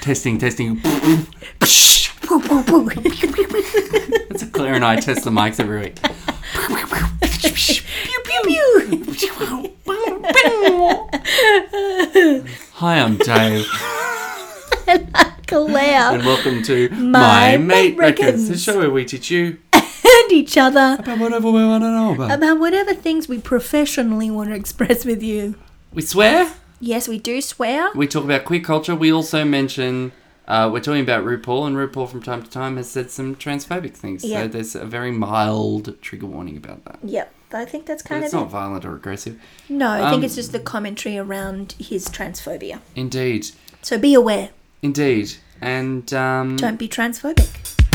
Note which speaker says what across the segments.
Speaker 1: testing, testing. That's a Claire and I test the mics every week. Hi, I'm Dave, and
Speaker 2: Claire
Speaker 1: welcome to
Speaker 2: My Mate Reckons.
Speaker 1: the show where we teach you
Speaker 2: and each other
Speaker 1: about whatever we want to know about.
Speaker 2: about whatever things we professionally want to express with you.
Speaker 1: we swear.
Speaker 2: Yes, we do swear.
Speaker 1: We talk about queer culture. We also mention uh, we're talking about RuPaul, and RuPaul from time to time has said some transphobic things.
Speaker 2: Yeah.
Speaker 1: So there's a very mild trigger warning about that.
Speaker 2: Yep, I think that's
Speaker 1: But
Speaker 2: kind
Speaker 1: it's
Speaker 2: of
Speaker 1: not
Speaker 2: it.
Speaker 1: violent or aggressive.
Speaker 2: No, I think
Speaker 1: Um,
Speaker 2: it's just the commentary around his transphobia.
Speaker 1: Indeed,
Speaker 2: So be aware.
Speaker 1: indeed, and um,
Speaker 2: Don't be transphobic.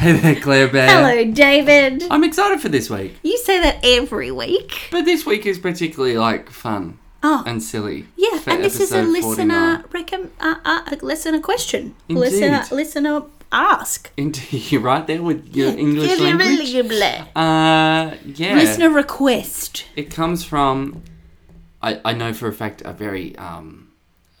Speaker 1: hey there, Claire Bear.
Speaker 2: Hello, David.
Speaker 1: I'm excited for this week,
Speaker 2: You say that every week.
Speaker 1: but this week is particularly like fun
Speaker 2: Oh,
Speaker 1: and silly.
Speaker 2: yeah.
Speaker 1: for
Speaker 2: And this is a
Speaker 1: episode
Speaker 2: listener
Speaker 1: 49.
Speaker 2: recomm uh, uh, a listener question.
Speaker 1: Indeed.
Speaker 2: Listener listener ask.
Speaker 1: Indeed, you're right there with your English language.
Speaker 2: Listener
Speaker 1: Uh, yeah.
Speaker 2: request.
Speaker 1: It comes from, I, I know for a fact, a very, um,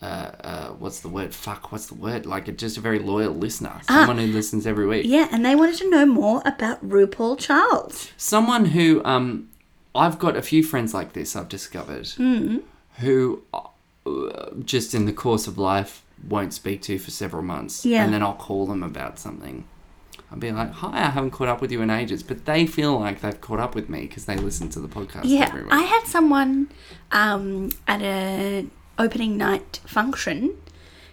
Speaker 1: uh, uh, what's the word? Fuck, what's the word? Like, a, just a very loyal listener.
Speaker 2: Ah.
Speaker 1: Someone who listens every week.
Speaker 2: Yeah, and they wanted to know more about RuPaul Charles.
Speaker 1: Someone who, um, I've got a few friends like this, I've discovered,
Speaker 2: Mm.
Speaker 1: who uh, just in the course of life won't speak to for several months.
Speaker 2: Yeah.
Speaker 1: And then I'll call them about something. I'll be like, hi, I haven't caught up with you in ages. But they feel like they've caught up with me because they listen to the podcast
Speaker 2: Yeah,
Speaker 1: every week.
Speaker 2: I had someone um, at a opening night function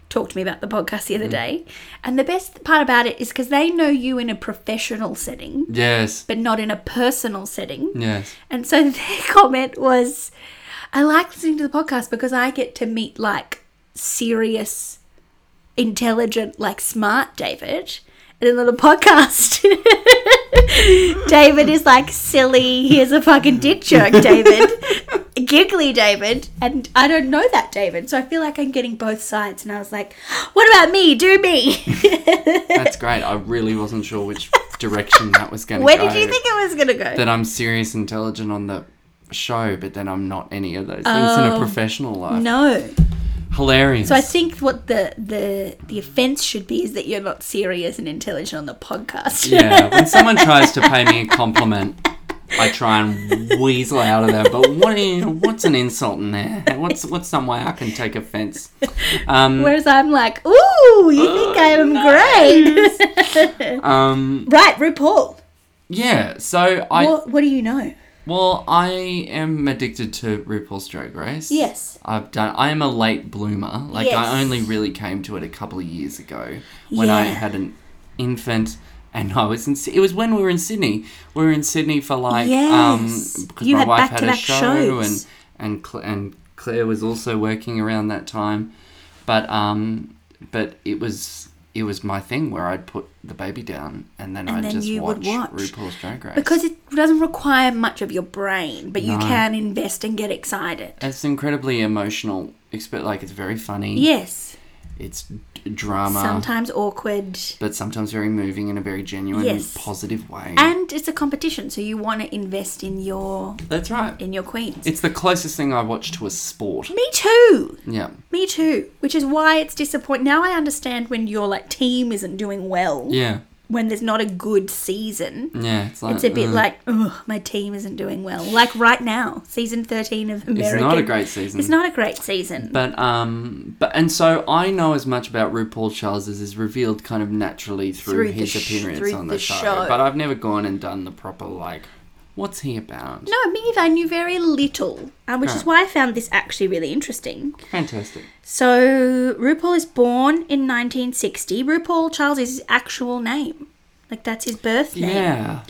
Speaker 2: talk to me about the podcast the other day, and the best part about it is because they know you in a professional setting,
Speaker 1: Yes.
Speaker 2: but not in a personal setting.
Speaker 1: Yes.
Speaker 2: And so their comment was, I like listening to the podcast because I get to meet like serious, intelligent, like smart David. And then on the podcast, David is like silly, here's a fucking dick jerk, David. Giggly David. And I don't know that David. So I feel like I'm getting both sides. And I was like, what about me? Do me.
Speaker 1: That's great. I really wasn't sure which direction that was going to go.
Speaker 2: Where did you think it was going to go?
Speaker 1: that I'm serious, intelligent on the show, but then I'm not any of those things in a professional life?
Speaker 2: Oh. no.
Speaker 1: Hilarious.
Speaker 2: So I think what the the the offence should be is that you're not serious and intelligent on the podcast.
Speaker 1: yeah. When someone tries to pay me a compliment, I try and weasel out of that. But what? What's an insult in there? What's what's some way I can take offence? Um,
Speaker 2: Whereas I'm like, ooh,
Speaker 1: Oh,
Speaker 2: you think I am great,
Speaker 1: um.
Speaker 2: right, RuPaul?
Speaker 1: Yeah. So I.
Speaker 2: what what do you know?
Speaker 1: Well, I am addicted to RuPaul's Drag Race.
Speaker 2: Yes.
Speaker 1: I've done. I am a late bloomer. Like
Speaker 2: Yes.
Speaker 1: I only really came to it a couple of years ago when I
Speaker 2: Yeah.
Speaker 1: had an infant, and I was in. Sy- It was when we were in Sydney. We were in Sydney for like
Speaker 2: Yes.
Speaker 1: um because
Speaker 2: You
Speaker 1: my
Speaker 2: had
Speaker 1: wife had a
Speaker 2: back-to-back
Speaker 1: show
Speaker 2: shows.
Speaker 1: and and Cl- and Claire was also working around that time, but um but it was. It was my thing where I'd put the baby down and then I'd
Speaker 2: then
Speaker 1: just
Speaker 2: you
Speaker 1: watch,
Speaker 2: would watch.
Speaker 1: RuPaul's Drag Race.
Speaker 2: Because it doesn't require much of your brain, but you
Speaker 1: No.
Speaker 2: can invest and get excited.
Speaker 1: It's incredibly emotional. Except like it's very funny.
Speaker 2: Yes,
Speaker 1: It's d- drama,
Speaker 2: sometimes awkward,
Speaker 1: but sometimes very moving in a very genuine,
Speaker 2: Yes.
Speaker 1: positive way.
Speaker 2: and it's a competition, so you want to invest in your
Speaker 1: That's right.
Speaker 2: in your queens.
Speaker 1: It's the closest thing I watch to a sport.
Speaker 2: Me too.
Speaker 1: Yeah.
Speaker 2: Me too, which is why it's disappointing. Now I understand when your like team isn't doing well,
Speaker 1: Yeah.
Speaker 2: when there's not a good season.
Speaker 1: Yeah. It's like mm.
Speaker 2: It's a bit
Speaker 1: ugh.
Speaker 2: like, oh, my team isn't doing well. Like right now, season 13 of American.
Speaker 1: it's not a great season.
Speaker 2: It's not a great season.
Speaker 1: But um, but and so I know as much about RuPaul Charles as is revealed kind of naturally through,
Speaker 2: Through the
Speaker 1: his
Speaker 2: sh-
Speaker 1: appearance
Speaker 2: through
Speaker 1: on
Speaker 2: the
Speaker 1: the, show.
Speaker 2: show.
Speaker 1: But I've never gone and done the proper like, what's he about?
Speaker 2: no, me either. I knew very little, um, which is why I found this actually really interesting.
Speaker 1: Fantastic.
Speaker 2: So, RuPaul is born in 1960. RuPaul Charles is his actual name. Like, that's his birth name.
Speaker 1: Yeah.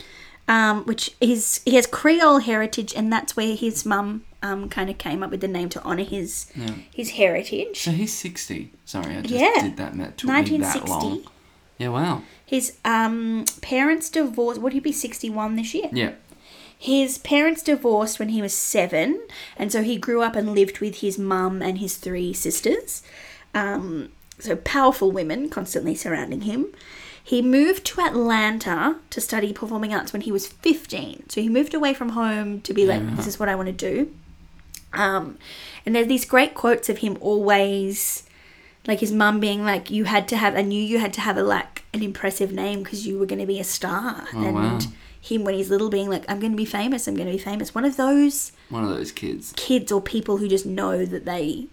Speaker 2: um, which is he has Creole heritage, and that's where his mum um, kind of came up with the name to honour his his heritage.
Speaker 1: So he's sixty. Sorry, I just
Speaker 2: Yeah.
Speaker 1: did that. That took me that
Speaker 2: 1960.
Speaker 1: long. Yeah. Wow.
Speaker 2: His um, parents divorced. Would he be 61 this year?
Speaker 1: Yeah.
Speaker 2: His parents divorced when he was seven, and so he grew up and lived with his mum and his three sisters. Um, so powerful women constantly surrounding him. He moved to Atlanta to study performing arts when he was 15. So he moved away from home to be like, this is what I want to do. Um, and there's these great quotes of him always, like his mum being like, you had to have, I knew you had to have a like an impressive name because you were going to be a star. and
Speaker 1: wow.
Speaker 2: him when he's little being like, I'm going to be famous, I'm going to be famous. One of those
Speaker 1: One of those kids
Speaker 2: kids or people who just know that they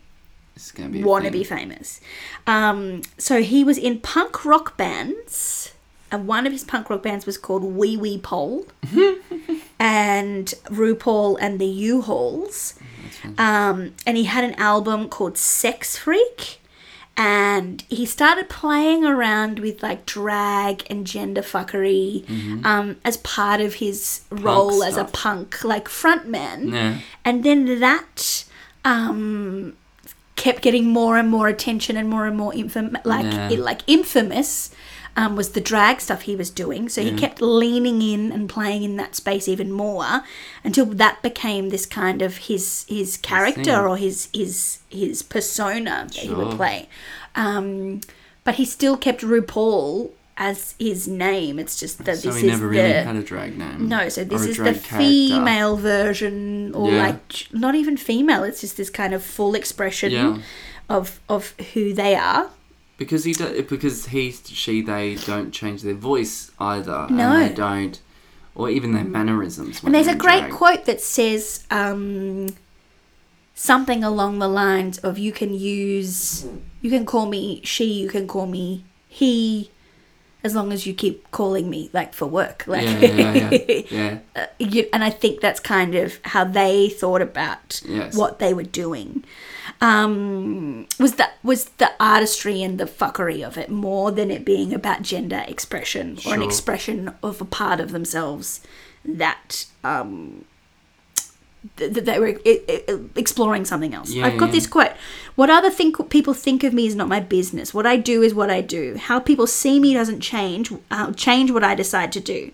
Speaker 1: is going to be. a
Speaker 2: want to
Speaker 1: thing.
Speaker 2: be famous. Um, so he was in punk rock bands, and one of his punk rock bands was called Wee Wee Pole, and RuPaul and the U Hauls.
Speaker 1: Mm,
Speaker 2: Um, and he had an album called Sex Freak. And he started playing around with like drag and gender fuckery um, as part of his role as a
Speaker 1: Mm-hmm. stuff. Mm-hmm.
Speaker 2: punk like frontman.
Speaker 1: Yeah.
Speaker 2: And then that um, kept getting more and more attention and more and more infam- like
Speaker 1: Yeah.
Speaker 2: it, like infamous um, was the drag stuff he was doing. So he kept leaning in and playing in that space even more until that became this kind of his his
Speaker 1: thing.
Speaker 2: character or his his his persona that he would
Speaker 1: Sure.
Speaker 2: play. Um, but he still kept RuPaul as his name. It's just that
Speaker 1: So
Speaker 2: this
Speaker 1: he
Speaker 2: is
Speaker 1: never really
Speaker 2: the
Speaker 1: had a drag name.
Speaker 2: no, so this
Speaker 1: or a
Speaker 2: is the
Speaker 1: drag character.
Speaker 2: female version, or
Speaker 1: Yeah.
Speaker 2: like j- not even female. It's just this kind of full expression
Speaker 1: Yeah.
Speaker 2: of of who they are.
Speaker 1: Because he do, because he she they don't change their voice either.
Speaker 2: No.
Speaker 1: and they don't, or even their mannerisms.
Speaker 2: And there's a great quote that says um, something along the lines of "You can use, you can call me she, you can call me he." As long as you keep calling me, like for work, like
Speaker 1: Yeah, yeah, yeah, yeah.
Speaker 2: uh, you, and I think that's kind of how they thought about
Speaker 1: Yes.
Speaker 2: what they were doing. Um, was that was the artistry and the fuckery of it more than it being about gender expression or an
Speaker 1: Sure.
Speaker 2: expression of a part of themselves that um, th- that they were e- e- exploring something else.
Speaker 1: Yeah,
Speaker 2: I've got
Speaker 1: yeah.
Speaker 2: this quote: "What other think people think of me is not my business. What I do is what I do. How people see me doesn't change. I'll change what I decide to do."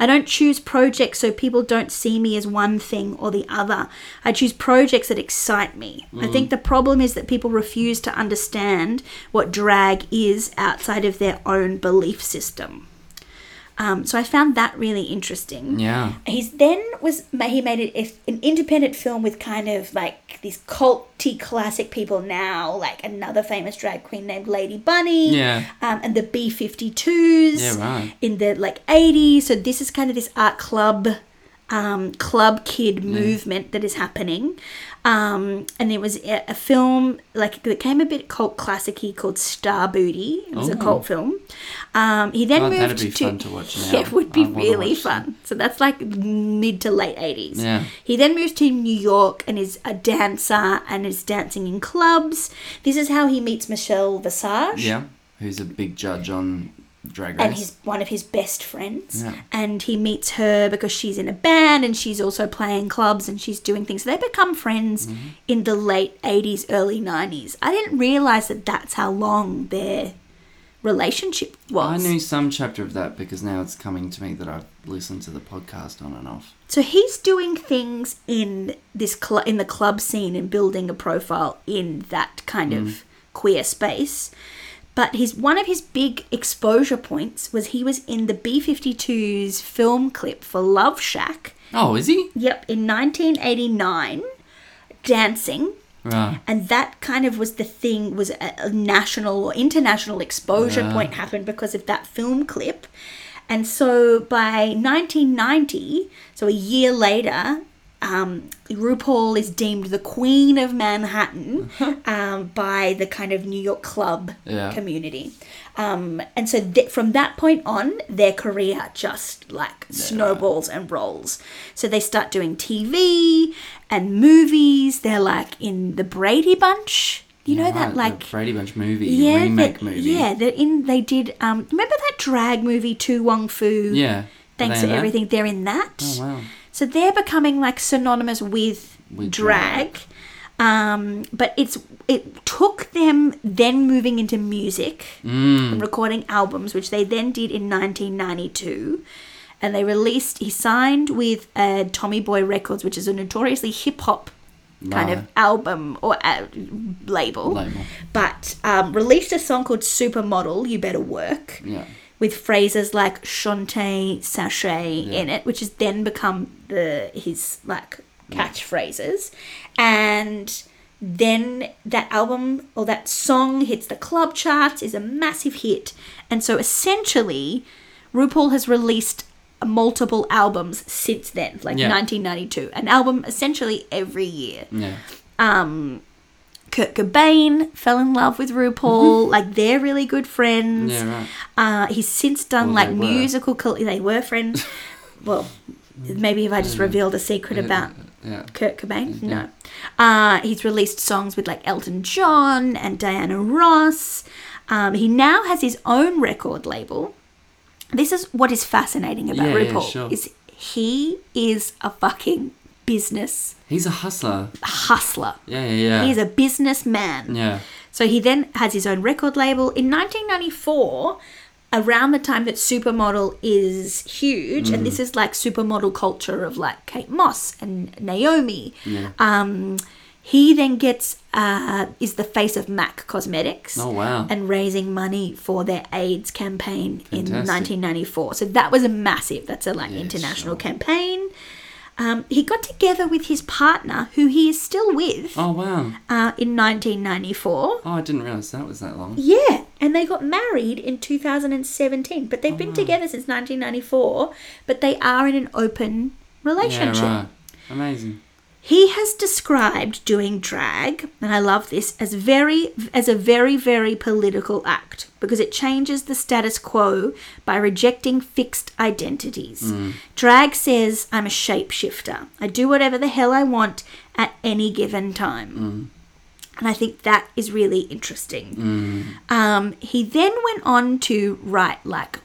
Speaker 2: I don't choose projects so people don't see me as one thing or the other. I choose projects that excite me.
Speaker 1: Mm.
Speaker 2: I think the problem is that people refuse to understand what drag is outside of their own belief system. Um, so I found that really interesting.
Speaker 1: Yeah.
Speaker 2: He's then was ma- he made it if- an independent film with kind of like these culty classic people now, like another famous drag queen named Lady Bunny,
Speaker 1: Yeah.
Speaker 2: um, and the B fifty twos,
Speaker 1: Yeah, right.
Speaker 2: in the like eighties. So this is kind of this art club, um, club kid movement that is happening, um, and it was a, a film like that came a bit cult classicy called Star Booty. It was a
Speaker 1: Oh.
Speaker 2: cult film. Um, he then
Speaker 1: Oh,
Speaker 2: moved
Speaker 1: that'd be
Speaker 2: to,
Speaker 1: fun to watch now.
Speaker 2: Yeah, it would be
Speaker 1: I wanna
Speaker 2: really
Speaker 1: watch that.
Speaker 2: fun fun. So that's like mid to late 80s.
Speaker 1: Yeah.
Speaker 2: He then moves to New York and is a dancer and is dancing in clubs. This is how he meets Michelle Visage.
Speaker 1: Yeah, who's a big judge on Drag Race?
Speaker 2: And he's one of his best friends.
Speaker 1: Yeah.
Speaker 2: And he meets her because she's in a band and she's also playing clubs and she's doing things. So they become friends
Speaker 1: Mm-hmm.
Speaker 2: in the late 80s, early 90s. I didn't realize that that's how long their relationship
Speaker 1: I
Speaker 2: was.
Speaker 1: knew some chapter of that because now it's coming to me that I've listened to the podcast on and off.
Speaker 2: So he's doing things in this cl- in the club scene and building a profile in that kind of queer space. But his one of his big exposure points was he was in the B52's film clip for Love Shack.
Speaker 1: Oh, is he?
Speaker 2: Yep, in 1989, dancing
Speaker 1: Right.
Speaker 2: and that kind of was the thing was a, a national or international exposure point happened because of that film clip and so by 1990 so a year later um, RuPaul is deemed the queen of Manhattan um, by the kind of New York club
Speaker 1: Yeah.
Speaker 2: community. Um, and so th- from that point on, their career just like snowballs and rolls. So they start doing TV and movies. They're like in the Brady Bunch. You know
Speaker 1: Right,
Speaker 2: that like
Speaker 1: the Brady Bunch movie
Speaker 2: yeah,
Speaker 1: remake
Speaker 2: that-
Speaker 1: movie.
Speaker 2: yeah. They're in. They did. Um, remember that drag movie Tu Wong Fu?
Speaker 1: Yeah. Are
Speaker 2: Thanks
Speaker 1: they
Speaker 2: for
Speaker 1: in that?
Speaker 2: everything. They're in that.
Speaker 1: Oh, wow.
Speaker 2: So they're becoming like synonymous with,
Speaker 1: With
Speaker 2: drag. Um, but it's it took them then moving into music
Speaker 1: Mm.
Speaker 2: and recording albums, which they then did in 1992. And they released. He signed with uh, Tommy Boy Records, which is a notoriously hip hop kind of
Speaker 1: Right.
Speaker 2: album or uh, label.
Speaker 1: Label.
Speaker 2: But um, released a song called "Supermodel." You better work
Speaker 1: Yeah.
Speaker 2: with phrases like chante sachet in it, which has then become the his like catchphrases. And then that album or that song hits the club charts, is a massive hit. And so essentially, RuPaul has released multiple albums since then, like
Speaker 1: Yeah.
Speaker 2: 1992, an album essentially every year.
Speaker 1: Yeah.
Speaker 2: Kurt Cobain fell in love with RuPaul. like they're really good friends.
Speaker 1: Mm-hmm. Yeah, right.
Speaker 2: uh, he's since done
Speaker 1: Well,
Speaker 2: like
Speaker 1: they were.
Speaker 2: musical. Col- they were friends. well, maybe if I just revealed a secret about
Speaker 1: Mm. Yeah. Mm-hmm.
Speaker 2: Kurt Cobain, no. Uh, he's released songs with like Elton John and Diana Ross. Um, he now has his own record label. This is what is fascinating about
Speaker 1: Yeah, yeah,
Speaker 2: RuPaul
Speaker 1: sure.
Speaker 2: is he is a fucking business
Speaker 1: He's a hustler.
Speaker 2: hustler.
Speaker 1: Yeah, yeah, yeah.
Speaker 2: He's a businessman.
Speaker 1: yeah.
Speaker 2: So he then has his own record label. In 1994, around the time that Supermodel is huge, and
Speaker 1: Mm.
Speaker 2: this is like supermodel culture of like Kate Moss and Naomi,
Speaker 1: Yeah.
Speaker 2: um, he then gets, uh, is the face of MAC Cosmetics.
Speaker 1: Oh, wow.
Speaker 2: And raising money for their AIDS campaign in
Speaker 1: Fantastic.
Speaker 2: 1994. So that was a massive, that's a like international campaign. Um, he got together with his partner, who he is still with,
Speaker 1: Oh, wow.
Speaker 2: uh, in 1994.
Speaker 1: Oh, I didn't realize that was that long.
Speaker 2: Yeah, and they got married in 2017, but they've
Speaker 1: Oh.
Speaker 2: been together since 1994, but they are in an open
Speaker 1: Yeah,
Speaker 2: relationship.
Speaker 1: right. Amazing.
Speaker 2: He has described doing drag, and I love this, as very as a very very political act because it changes the status quo by rejecting fixed identities.
Speaker 1: Hmm.
Speaker 2: Drag says I'm a shapeshifter. I do whatever the hell I want at any given time. And I think that is really interesting.
Speaker 1: Mm.
Speaker 2: Um, he then went on to write like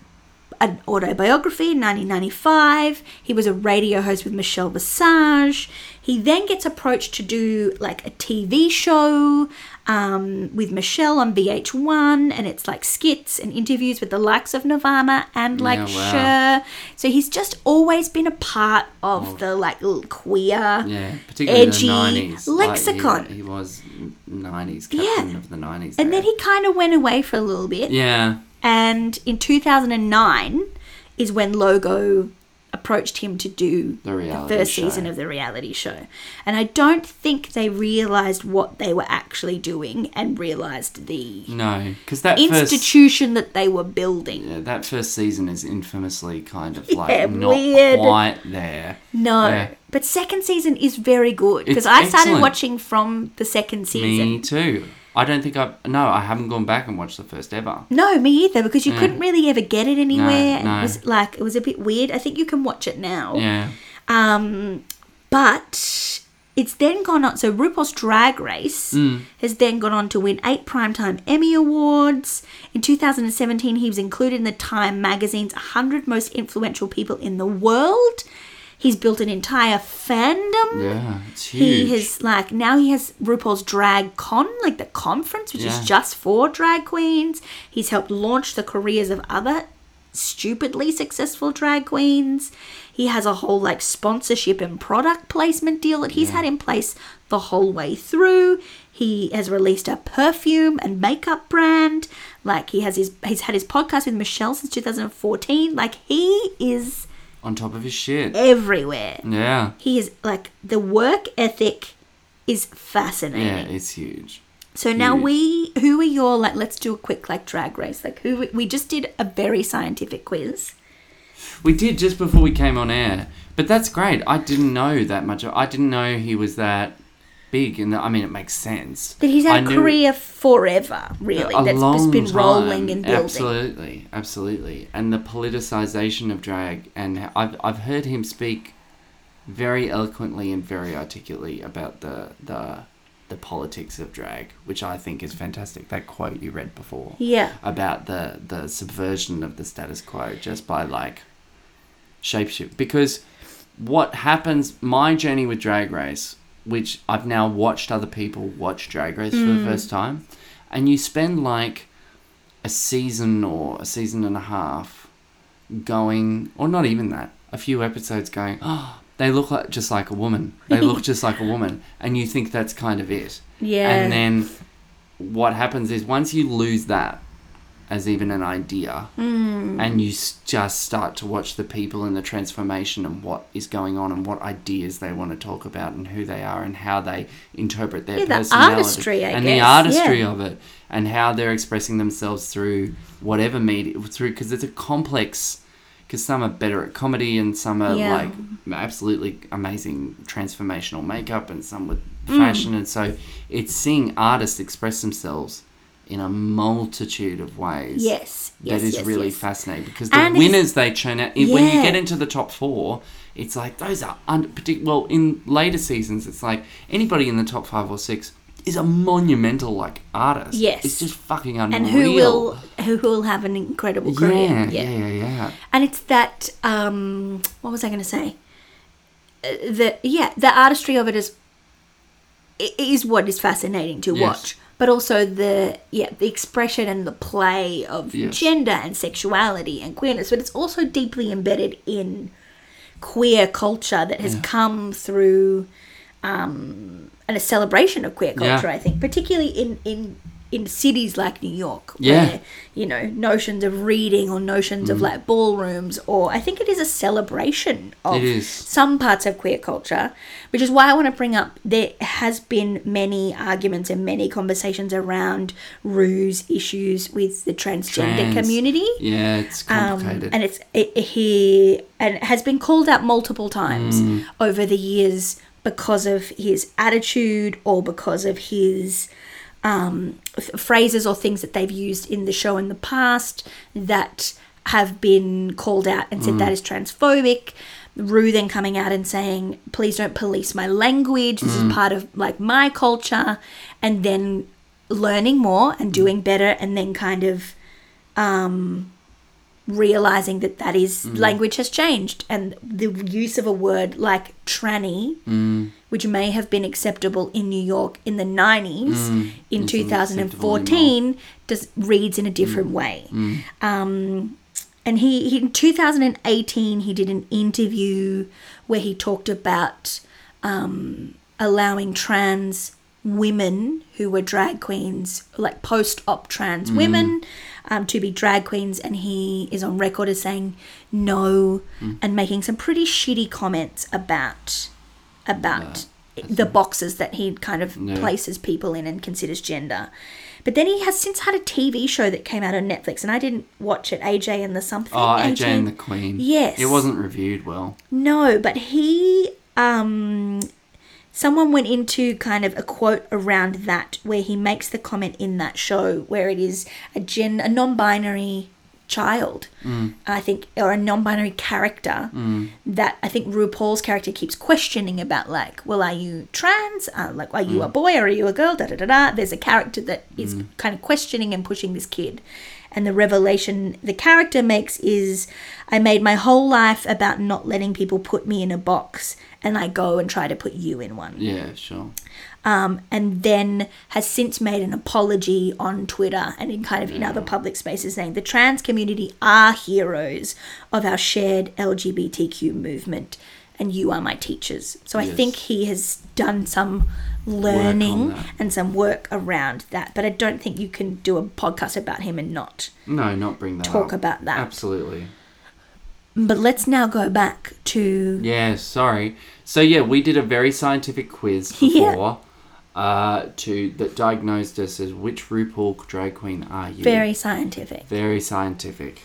Speaker 2: an autobiography in 1995. He was a radio host with Michelle Visage. He then gets approached to do like a TV show um, with Michelle on VH1, and it's like skits and interviews with the likes of Nirvana and like
Speaker 1: Yeah, wow.
Speaker 2: Cher. So he's just always been a part of the like l- queer.
Speaker 1: Yeah, particularly
Speaker 2: Edgy
Speaker 1: in the 90s. Like, he-
Speaker 2: lexicon.
Speaker 1: he, was 90s, captain of the 90s.
Speaker 2: And
Speaker 1: there.
Speaker 2: then he kind of went away for a little bit.
Speaker 1: Yeah.
Speaker 2: And in 2009 is when Logo approached him to do
Speaker 1: The reality
Speaker 2: first
Speaker 1: show.
Speaker 2: season of the reality show. And I don't think they realized what they were actually doing and realized the
Speaker 1: No, because that Mm. first
Speaker 2: institution that they were building.
Speaker 1: yeah, that first season is infamously kind of like
Speaker 2: Yeah,
Speaker 1: not
Speaker 2: weird.
Speaker 1: quite there.
Speaker 2: No.
Speaker 1: Yeah.
Speaker 2: But second season is very good
Speaker 1: It's
Speaker 2: because I started
Speaker 1: excellent.
Speaker 2: watching from the second season.
Speaker 1: Me too. I don't think I've no, I haven't gone back and watched the first ever.
Speaker 2: No, me either because you couldn't really ever get it anywhere. and
Speaker 1: no.
Speaker 2: It was like it was a bit weird. I think you can watch it now.
Speaker 1: Yeah.
Speaker 2: Um, but it's then gone on. So RuPaul's Drag Race has then gone on to win eight Primetime Emmy Awards. In 2017, he was included in the Time magazine's 100 most influential people in the world. He's built an entire fandom.
Speaker 1: Yeah. It's huge.
Speaker 2: He has like now he has RuPaul's Drag Con, like the conference, which
Speaker 1: Yeah.
Speaker 2: is just for drag queens. He's helped launch the careers of other stupidly successful drag queens. He has a whole like sponsorship and product placement deal that he's had in place the whole way through. He has released a perfume and makeup brand. Like he has his he's had his podcast with Michelle since 2014. Like he is
Speaker 1: on top of his shit.
Speaker 2: everywhere
Speaker 1: Yeah.
Speaker 2: he is like the work ethic is
Speaker 1: Yeah,
Speaker 2: fascinating.
Speaker 1: it's huge.
Speaker 2: so now
Speaker 1: huge.
Speaker 2: we who are your like let's do a quick like drag race. Like who we just did a very scientific quiz.
Speaker 1: We did just before we came on air. But that's great. I didn't know that much. of- I didn't know he was that big and that, I mean it makes sense.
Speaker 2: That he's
Speaker 1: I
Speaker 2: had a
Speaker 1: knew-
Speaker 2: career forever, really.
Speaker 1: a
Speaker 2: that's just
Speaker 1: long
Speaker 2: been rolling
Speaker 1: time.
Speaker 2: and building.
Speaker 1: Absolutely, absolutely. And the politicization of drag, and h- I've, I've heard him speak very eloquently and very articulately about the, the, the politics of drag, which I think is fantastic. That quote you read before
Speaker 2: Yeah.
Speaker 1: about the, the subversion of the status quo just by like shapeshift. Because what happens, my journey with Drag Race, which I've now watched other people watch Drag Race for
Speaker 2: Mm.
Speaker 1: the first time, and you spend like a season or a season and a half going, or not even that, a few episodes going, oh, they look like just like a woman. They look just like a woman, and you think that's kind of it.
Speaker 2: Yeah.
Speaker 1: And then what happens is once you lose that, as even an idea,
Speaker 2: Hmm.
Speaker 1: mm. and you s- just start to watch the people and the transformation and what is going on and what ideas they want to talk about and who they are and how they interpret their
Speaker 2: Yeah, the
Speaker 1: personality
Speaker 2: artistry, I
Speaker 1: and the
Speaker 2: guess,
Speaker 1: artistry
Speaker 2: yeah.
Speaker 1: of it and how they're expressing themselves through whatever media through because it's a complex. Because some are better at comedy and some are
Speaker 2: Yeah.
Speaker 1: like absolutely amazing transformational makeup and some with
Speaker 2: Mm.
Speaker 1: fashion and so it's seeing artists express themselves in a multitude of ways
Speaker 2: Yes, yes,
Speaker 1: that is
Speaker 2: yes,
Speaker 1: really
Speaker 2: yes.
Speaker 1: fascinating because the
Speaker 2: And it's-
Speaker 1: winners they churn out i- when you
Speaker 2: Yeah.
Speaker 1: get into the top four it's like those are un- partic- well in later seasons it's like anybody in the top five or six is a monumental like artist
Speaker 2: Yes.
Speaker 1: it's just fucking unreal
Speaker 2: and who will who will have an incredible career?
Speaker 1: yeah, yeah, yeah, yeah.
Speaker 2: and it's that um what was i going to say Uh, the yeah the artistry of it is i- is what is fascinating to
Speaker 1: Yes.
Speaker 2: watch but also the yeah the expression and the play of
Speaker 1: Yes.
Speaker 2: gender and sexuality and queerness but it's also deeply embedded in queer culture that has come through um and a celebration of queer
Speaker 1: Yeah.
Speaker 2: culture i think particularly in in in cities like new york
Speaker 1: Yeah. Mm.
Speaker 2: where you know notions of reading or notions of like ballrooms or i think it is a celebration of
Speaker 1: It is.
Speaker 2: some parts of queer culture which is why i want to bring up there has been many arguments and many conversations around ruse issues with the transgender
Speaker 1: Trans.
Speaker 2: community
Speaker 1: Yeah, it's
Speaker 2: um,
Speaker 1: complicated.
Speaker 2: and it's it, he and has been called out multiple times over the years because of his attitude or because of his um, f- phrases or things that they've used in the show in the past that have been called out and said that is transphobic. Rue then coming out and saying, "Please don't police my language. This is part of like my culture," and then learning more and doing better, and then kind of realizing that that is language has changed and the use of a word like tranny which may have been acceptable in New York in the 90s in
Speaker 1: isn't acceptable
Speaker 2: 2014 does reads in a different way um and he, he in 2018 he did an interview where he talked about um, allowing trans women who were drag queens, like post op trans
Speaker 1: Mm.
Speaker 2: women, um, to be drag queens. And he is on record as saying no
Speaker 1: Mm.
Speaker 2: and making some pretty shitty comments about about the boxes that he kind of
Speaker 1: Yeah.
Speaker 2: places people in and considers gender. But then he has since had a TV show that came out on Netflix, and I didn't watch it. AJ and the something.
Speaker 1: Oh, AJ and the Queen.
Speaker 2: Yes.
Speaker 1: It wasn't reviewed well.
Speaker 2: No, but he um someone went into kind of a quote around that where he makes the comment in that show where it is a gen a non-binary child i think or a non-binary character that i think rupaul's character keeps questioning about like well are you trans uh, like are you a boy or are you a girl da da da da there's a character that is kind of questioning and pushing this kid and the revelation the character makes is I made my whole life about not letting people put me in a box and I go and try to put you in one.
Speaker 1: Yeah, sure.
Speaker 2: Um, and then has since made an apology on Twitter and in kind of in
Speaker 1: Mm.
Speaker 2: other public spaces saying the trans community are heroes of our shared LGBTQ movement and you are my teachers. So I
Speaker 1: Yes.
Speaker 2: think he has done some learning
Speaker 1: that.
Speaker 2: and some work around that, but I don't think you can do a podcast about him and not
Speaker 1: No, not bring that
Speaker 2: talk
Speaker 1: up.
Speaker 2: about that.
Speaker 1: Absolutely.
Speaker 2: But let's now go back to
Speaker 1: Yeah, sorry. So yeah, we did a very scientific quiz before uh, to that diagnosed us as which RuPaul drag queen are you?
Speaker 2: very scientific.
Speaker 1: very scientific,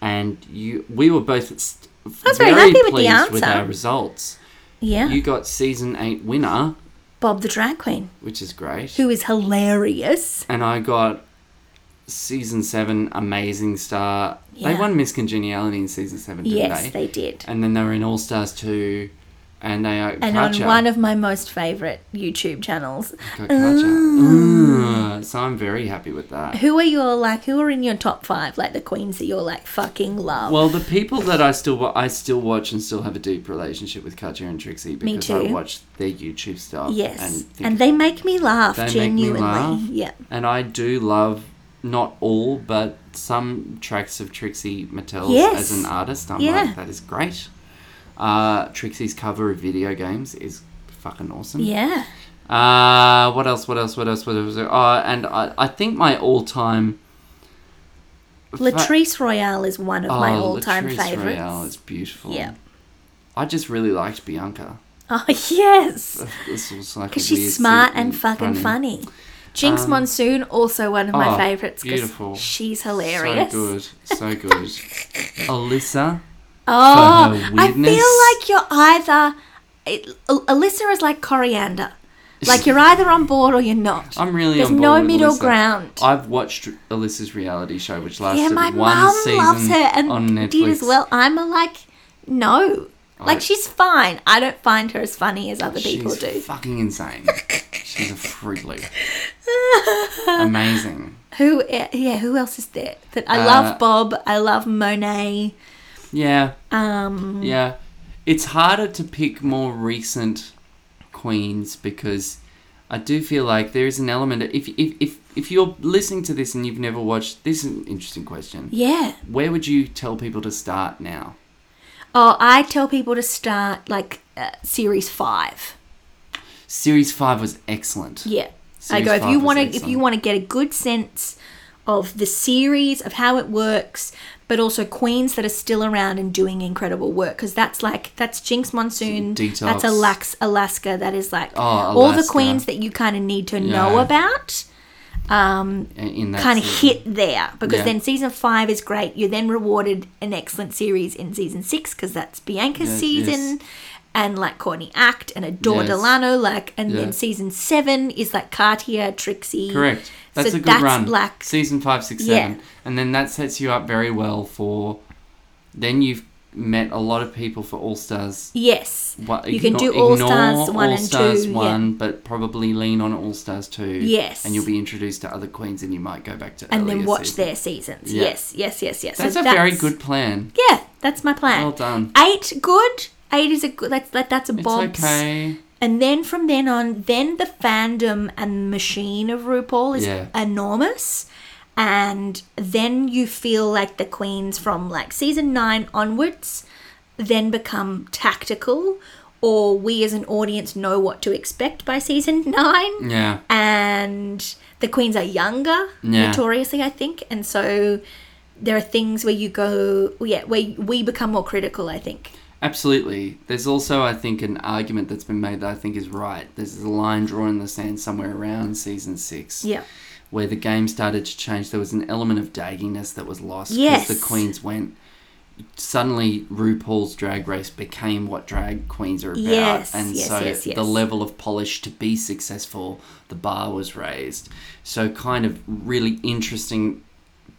Speaker 1: and you we were both s-
Speaker 2: was very
Speaker 1: very,
Speaker 2: happy with the
Speaker 1: pleased with
Speaker 2: answer.
Speaker 1: our results.
Speaker 2: Yeah.
Speaker 1: You got season eight winner,
Speaker 2: Bob the drag queen,
Speaker 1: which is great,
Speaker 2: who is hilarious.
Speaker 1: and I got season seven amazing star. They
Speaker 2: Yeah.
Speaker 1: won Miss Congeniality in season seven, didn't
Speaker 2: yes,
Speaker 1: they?
Speaker 2: they, did.
Speaker 1: and then they were in All Stars two, and they are
Speaker 2: And
Speaker 1: Katja.
Speaker 2: on one of my most favorite YouTube channels.
Speaker 1: Got Katja. Mm. So I'm very happy with that.
Speaker 2: Who are your like who are in your top 5 like the queens that you're like fucking love?
Speaker 1: Well, the people that I still wa- I still watch and still have a deep relationship with Katja and Trixie because I
Speaker 2: too.
Speaker 1: watch their YouTube stuff.
Speaker 2: yes.
Speaker 1: think
Speaker 2: And, they make me laugh
Speaker 1: They make me
Speaker 2: genuinely.
Speaker 1: laugh.
Speaker 2: Yeah.
Speaker 1: And I do love not all, but some tracks of Trixie Mattel
Speaker 2: Yes.
Speaker 1: as an artist. I'm
Speaker 2: Yeah.
Speaker 1: like, that is great. Uh, Trixie's cover of video games is fucking awesome.
Speaker 2: Yeah.
Speaker 1: Oh, Uh, what else? What else? What else? What else? Uh, and I, I think my all-time
Speaker 2: Latrice Royale is one of my all time
Speaker 1: Oh, Latrice
Speaker 2: favorites.
Speaker 1: Royale is beautiful.
Speaker 2: Yeah.
Speaker 1: I just really liked Bianca.
Speaker 2: Oh, yes.
Speaker 1: This was like
Speaker 2: Because
Speaker 1: a
Speaker 2: she's
Speaker 1: weird
Speaker 2: smart
Speaker 1: suit
Speaker 2: and fucking funny. Jinx Monsoon, also one of my
Speaker 1: oh,
Speaker 2: favorites
Speaker 1: beautiful.
Speaker 2: because she's hilarious.
Speaker 1: So good, so good. Alyssa,
Speaker 2: Oh,
Speaker 1: her
Speaker 2: I
Speaker 1: weirdness.
Speaker 2: feel like you're either. It, Al- Alyssa is like coriander. Like you're either on board or you're not.
Speaker 1: I'm really
Speaker 2: There's
Speaker 1: on board
Speaker 2: no
Speaker 1: with
Speaker 2: middle
Speaker 1: Alyssa.
Speaker 2: ground.
Speaker 1: I've watched Alyssa's reality show, which lasted
Speaker 2: yeah, my
Speaker 1: one
Speaker 2: mum
Speaker 1: season
Speaker 2: loves her and
Speaker 1: on Netflix.
Speaker 2: did as well. I'm a like, no. Like
Speaker 1: Right.
Speaker 2: she's fine. I don't find her as funny as other
Speaker 1: She's
Speaker 2: people do.
Speaker 1: fucking insane. She's a freak loop. Amazing.
Speaker 2: Who? eh, Yeah. Who else is there? That I
Speaker 1: Uh,
Speaker 2: love Bob. I love Monet.
Speaker 1: Yeah,
Speaker 2: Um.
Speaker 1: yeah. It's harder to pick more recent queens because I do feel like there is an element. If if if if you're listening to this and you've never watched, this is an interesting question.
Speaker 2: Yeah.
Speaker 1: Where would you tell people to start now?
Speaker 2: Oh, I tell people to start like uh, series five.
Speaker 1: Series five was excellent.
Speaker 2: Yeah.
Speaker 1: Series
Speaker 2: I go if
Speaker 1: five
Speaker 2: you
Speaker 1: was
Speaker 2: want to if
Speaker 1: excellent.
Speaker 2: you want to get a good sense of the series of how it works, but also queens that are still around and doing incredible work because that's like that's Jinx Monsoon,
Speaker 1: Detox.
Speaker 2: that's Alax Alaska, that is like
Speaker 1: Oh,
Speaker 2: all the
Speaker 1: Alaska.
Speaker 2: queens that you kind of need to know
Speaker 1: Yeah.
Speaker 2: about. Um,
Speaker 1: In- In that
Speaker 2: kind of
Speaker 1: season.
Speaker 2: hit there because
Speaker 1: Yeah.
Speaker 2: then season five is great. You're then rewarded an excellent series in season six because that's Bianca's
Speaker 1: Yeah,
Speaker 2: season and like Courtney Act and Adore
Speaker 1: Yes.
Speaker 2: Delano. Like, and
Speaker 1: Yeah.
Speaker 2: then season seven is like Cartier, Trixie.
Speaker 1: Correct. That's
Speaker 2: so
Speaker 1: a good
Speaker 2: that's
Speaker 1: run.
Speaker 2: like-
Speaker 1: Season five, six,
Speaker 2: Yeah.
Speaker 1: seven, And then that sets you up very well for. Then you've met a lot of people for All Stars.
Speaker 2: Yes.
Speaker 1: What,
Speaker 2: You can do All Stars 1
Speaker 1: All
Speaker 2: and
Speaker 1: Stars
Speaker 2: 2, yeah.
Speaker 1: 1, but probably lean on All Stars 2.
Speaker 2: Yes.
Speaker 1: And you'll be introduced to other queens and you might go back to
Speaker 2: And then
Speaker 1: earlier
Speaker 2: watch
Speaker 1: seasons.
Speaker 2: their seasons.
Speaker 1: Yeah.
Speaker 2: Yes, yes, yes, yes. So
Speaker 1: That's a very good plan.
Speaker 2: Yeah, that's my plan.
Speaker 1: Well done.
Speaker 2: Eight, good. Eight is a good. That's that, that's a
Speaker 1: It's
Speaker 2: bobs.
Speaker 1: okay.
Speaker 2: And then from then on, then the fandom and machine of RuPaul is
Speaker 1: Yeah.
Speaker 2: enormous. And then you feel like the queens from like season nine onwards then become tactical, or we as an audience know what to expect by season nine.
Speaker 1: Yeah.
Speaker 2: And the queens are younger,
Speaker 1: Yeah.
Speaker 2: notoriously, I think. And so there are things where you go, yeah, where we become more critical, I think.
Speaker 1: Absolutely. There's also, I think, an argument that's been made that I think is right. There's a line drawn in the sand somewhere around season six.
Speaker 2: Yeah.
Speaker 1: where the game started to change, there was an element of dagginess that was lost because
Speaker 2: Yes.
Speaker 1: the queens went. Suddenly, RuPaul's Drag Race became what drag queens are about,
Speaker 2: Yes,
Speaker 1: and
Speaker 2: yes,
Speaker 1: so
Speaker 2: yes, yes.
Speaker 1: the level of polish to be successful, the bar was raised. So, kind of really interesting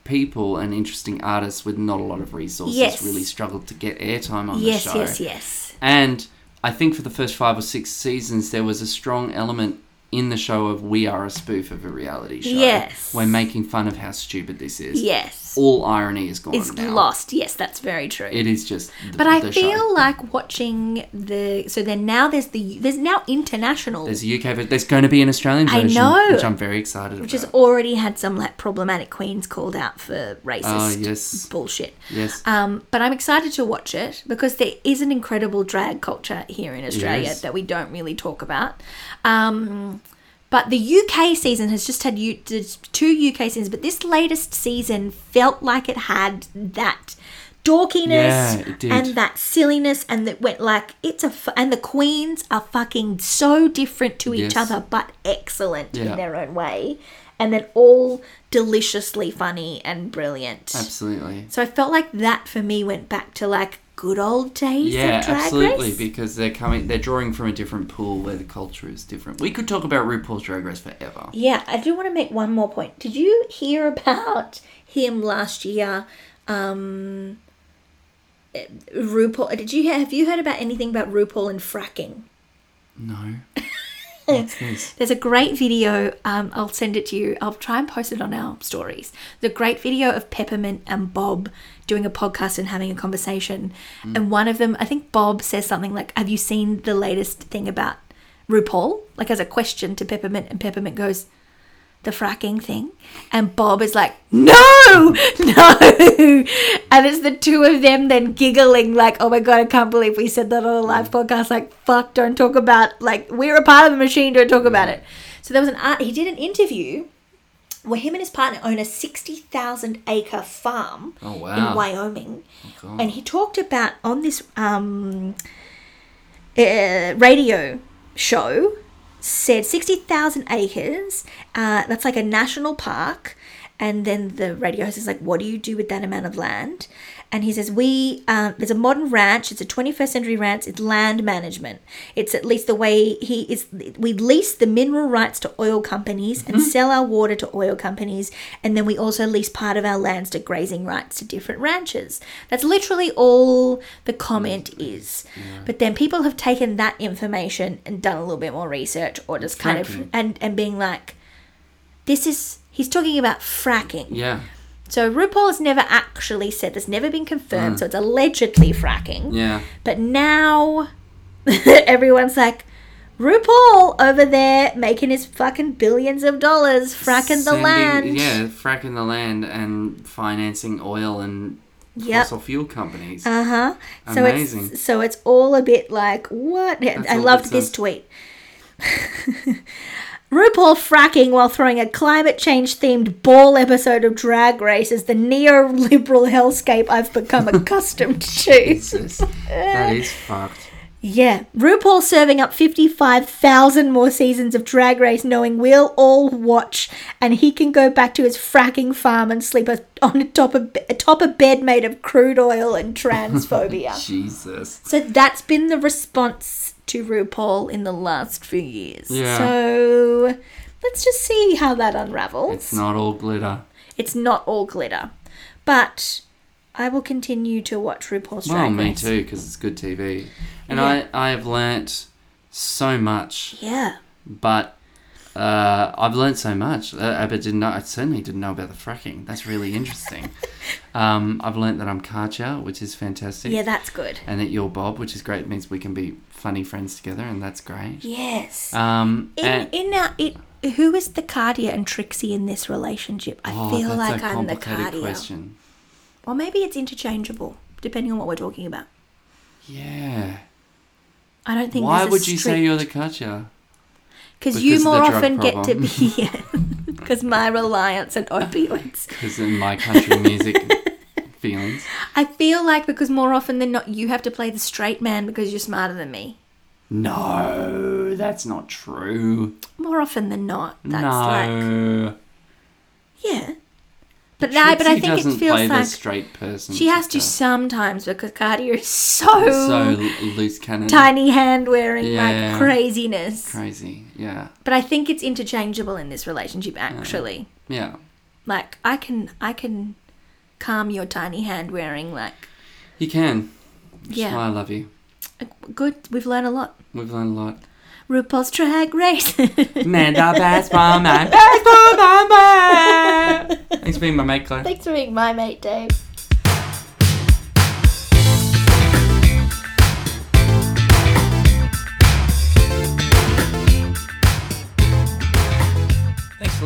Speaker 1: people and interesting artists with not a lot of resources
Speaker 2: Yes.
Speaker 1: really struggled to get airtime on
Speaker 2: Yes,
Speaker 1: the show.
Speaker 2: yes, yes.
Speaker 1: And I think for the first five or six seasons, there was a strong element in the show of we are a spoof of a reality show.
Speaker 2: Yes.
Speaker 1: We're making fun of how stupid this is.
Speaker 2: Yes.
Speaker 1: All irony is gone
Speaker 2: It's
Speaker 1: now.
Speaker 2: lost. Yes, that's very true.
Speaker 1: It is just. The,
Speaker 2: but I
Speaker 1: the
Speaker 2: feel
Speaker 1: Show.
Speaker 2: like watching the so then now there's the there's now international
Speaker 1: There's a UK, but there's going to be an Australian
Speaker 2: I
Speaker 1: version,
Speaker 2: know.
Speaker 1: which I'm very excited
Speaker 2: which has
Speaker 1: about.
Speaker 2: already had some like problematic queens called out for racist
Speaker 1: Oh, yes.
Speaker 2: bullshit.
Speaker 1: Yes.
Speaker 2: Um, but I'm excited to watch it because there is an incredible drag culture here in Australia
Speaker 1: Yes.
Speaker 2: that we don't really talk about. Um, but the UK season has just had U- did two UK seasons, but this latest season felt like it had that dorkiness
Speaker 1: Yeah, it did.
Speaker 2: and that silliness, and that went like it's a f- and the queens are fucking so different to each
Speaker 1: Yes.
Speaker 2: other, but excellent
Speaker 1: Yeah.
Speaker 2: in their own way, and then all deliciously funny and brilliant.
Speaker 1: Absolutely.
Speaker 2: So I felt like that for me went back to like good old days
Speaker 1: Yeah,
Speaker 2: of drag
Speaker 1: absolutely,
Speaker 2: race.
Speaker 1: because they're coming, they're drawing from a different pool where the culture is different. We could talk about RuPaul's Drag Race forever.
Speaker 2: Yeah, I do want to make one more point. Did you hear about him last year? Um eh, RuPaul. Did you hear, have you heard about anything about RuPaul and fracking?
Speaker 1: No. What's this?
Speaker 2: There's a great video. Um, I'll send it to you. I'll try and post it on our stories. The great video of Peppermint and Bob doing a podcast and having a conversation. And one of them, I think Bob says something like, "Have you seen the latest thing about RuPaul?" Like as a question to Peppermint, and Peppermint goes, "The fracking thing," and Bob is like, "No, no," and it's the two of them then giggling like, "Oh my god, I can't believe we said that on a live podcast." Like, fuck, don't talk about like we're a part of the machine. Don't talk about it. So there was an art. He did an interview where him and his partner own a 60,000 acre farm
Speaker 1: Oh,
Speaker 2: in
Speaker 1: wow.
Speaker 2: Wyoming.
Speaker 1: God.
Speaker 2: And he talked about on this um, uh, radio show, said 60,000 acres, uh, that's like a national park. And then the radio host is like, What do you do with that amount of land? And he says, We, um, there's a modern ranch, it's a 21st century ranch, it's land management. It's at least the way he is, we lease the mineral rights to oil companies
Speaker 1: Mm-hmm.
Speaker 2: and sell our water to oil companies. And then we also lease part of our lands to grazing rights to different ranches. That's literally all the comment
Speaker 1: Mm.
Speaker 2: is. But then people have taken that information and done a little bit more research or just kind of,
Speaker 1: Fracking.
Speaker 2: and, and being like, this is he's talking about fracking.
Speaker 1: Yeah.
Speaker 2: So RuPaul has never actually said this, never been
Speaker 1: Mm.
Speaker 2: confirmed, so it's allegedly fracking.
Speaker 1: Yeah.
Speaker 2: But now everyone's like RuPaul over there making his fucking billions of dollars fracking the
Speaker 1: Sending-
Speaker 2: land.
Speaker 1: Yeah, fracking the land and financing oil and
Speaker 2: Yep.
Speaker 1: fossil fuel companies.
Speaker 2: Uh huh. So
Speaker 1: Amazing.
Speaker 2: it's so it's all a bit like what? I
Speaker 1: all
Speaker 2: loved
Speaker 1: good
Speaker 2: this
Speaker 1: stuff.
Speaker 2: tweet. RuPaul fracking while throwing a climate change themed ball episode of Drag Race is the neoliberal hellscape I've become accustomed to.
Speaker 1: Jesus.
Speaker 2: uh,
Speaker 1: that is fucked.
Speaker 2: Yeah. RuPaul serving up 55,000 more seasons of Drag Race, knowing we'll all watch, and he can go back to his fracking farm and sleep a- on a top of, atop a bed made of crude oil and transphobia.
Speaker 1: Jesus.
Speaker 2: So that's been the response to RuPaul in the last few years.
Speaker 1: Yeah.
Speaker 2: So let's just see how that unravels.
Speaker 1: It's not all glitter.
Speaker 2: It's not all glitter, but I will continue to watch RuPaul's
Speaker 1: Well,
Speaker 2: Drag
Speaker 1: me
Speaker 2: Race.
Speaker 1: too, because it's good TV. And
Speaker 2: Yeah.
Speaker 1: I, I have learnt so much,
Speaker 2: Yeah.
Speaker 1: but uh, I've learnt so much. Uh, but didn't know, I certainly didn't know about the fracking. That's really interesting. um, I've learnt that I'm Katja, which is fantastic.
Speaker 2: Yeah, that's good.
Speaker 1: And that you're Bob, which is great. It means we can be funny friends together, and that's great.
Speaker 2: Yes.
Speaker 1: Um,
Speaker 2: in
Speaker 1: and-
Speaker 2: in our, it, who is the Cardia and Trixie in this relationship? I
Speaker 1: Oh,
Speaker 2: feel
Speaker 1: that's
Speaker 2: like
Speaker 1: a
Speaker 2: I'm the
Speaker 1: complicated
Speaker 2: Cardia.
Speaker 1: question.
Speaker 2: Or maybe it's interchangeable, depending on what we're talking about.
Speaker 1: Yeah.
Speaker 2: I don't think.
Speaker 1: Why
Speaker 2: there's a
Speaker 1: would you
Speaker 2: strict-
Speaker 1: say you're the Katja?
Speaker 2: Because
Speaker 1: Because
Speaker 2: you
Speaker 1: of
Speaker 2: more
Speaker 1: the drug
Speaker 2: often get to
Speaker 1: problem.
Speaker 2: be because my reliance on opioids.
Speaker 1: Because in my country music feelings.
Speaker 2: I feel like because more often than not you have to play the straight man because you're smarter than me.
Speaker 1: No, that's not true.
Speaker 2: More often than not, that's like
Speaker 1: no.
Speaker 2: yeah. But I, but I
Speaker 1: Trixie
Speaker 2: think it
Speaker 1: doesn't
Speaker 2: feels
Speaker 1: play the
Speaker 2: like
Speaker 1: straight person.
Speaker 2: she has to
Speaker 1: sister.
Speaker 2: sometimes because Cardia is
Speaker 1: so
Speaker 2: so,
Speaker 1: l- loose cannon.
Speaker 2: tiny hand wearing
Speaker 1: Mm. Yeah.
Speaker 2: like craziness.
Speaker 1: Crazy. Yeah.
Speaker 2: But I think it's interchangeable in this relationship actually.
Speaker 1: Yeah.
Speaker 2: Like I can I can calm your tiny hand wearing like
Speaker 1: You can. Which yeah.
Speaker 2: Yeah.
Speaker 1: why I love you.
Speaker 2: good. We've learned a lot.
Speaker 1: We've learned a lot.
Speaker 2: RuPaul's Drag Race.
Speaker 1: Amanda, best woman, best woman. Thanks for being my mate, Claire.
Speaker 2: Thanks for being my mate, Dave.
Speaker 1: Thanks for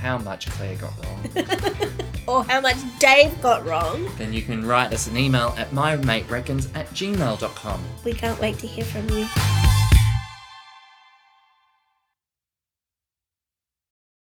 Speaker 1: how much Claire got wrong,
Speaker 2: Or Oh, how much Dave got wrong.
Speaker 1: then you can write us an email at mymatereckons at gmail.com.
Speaker 2: We can't wait to hear from you.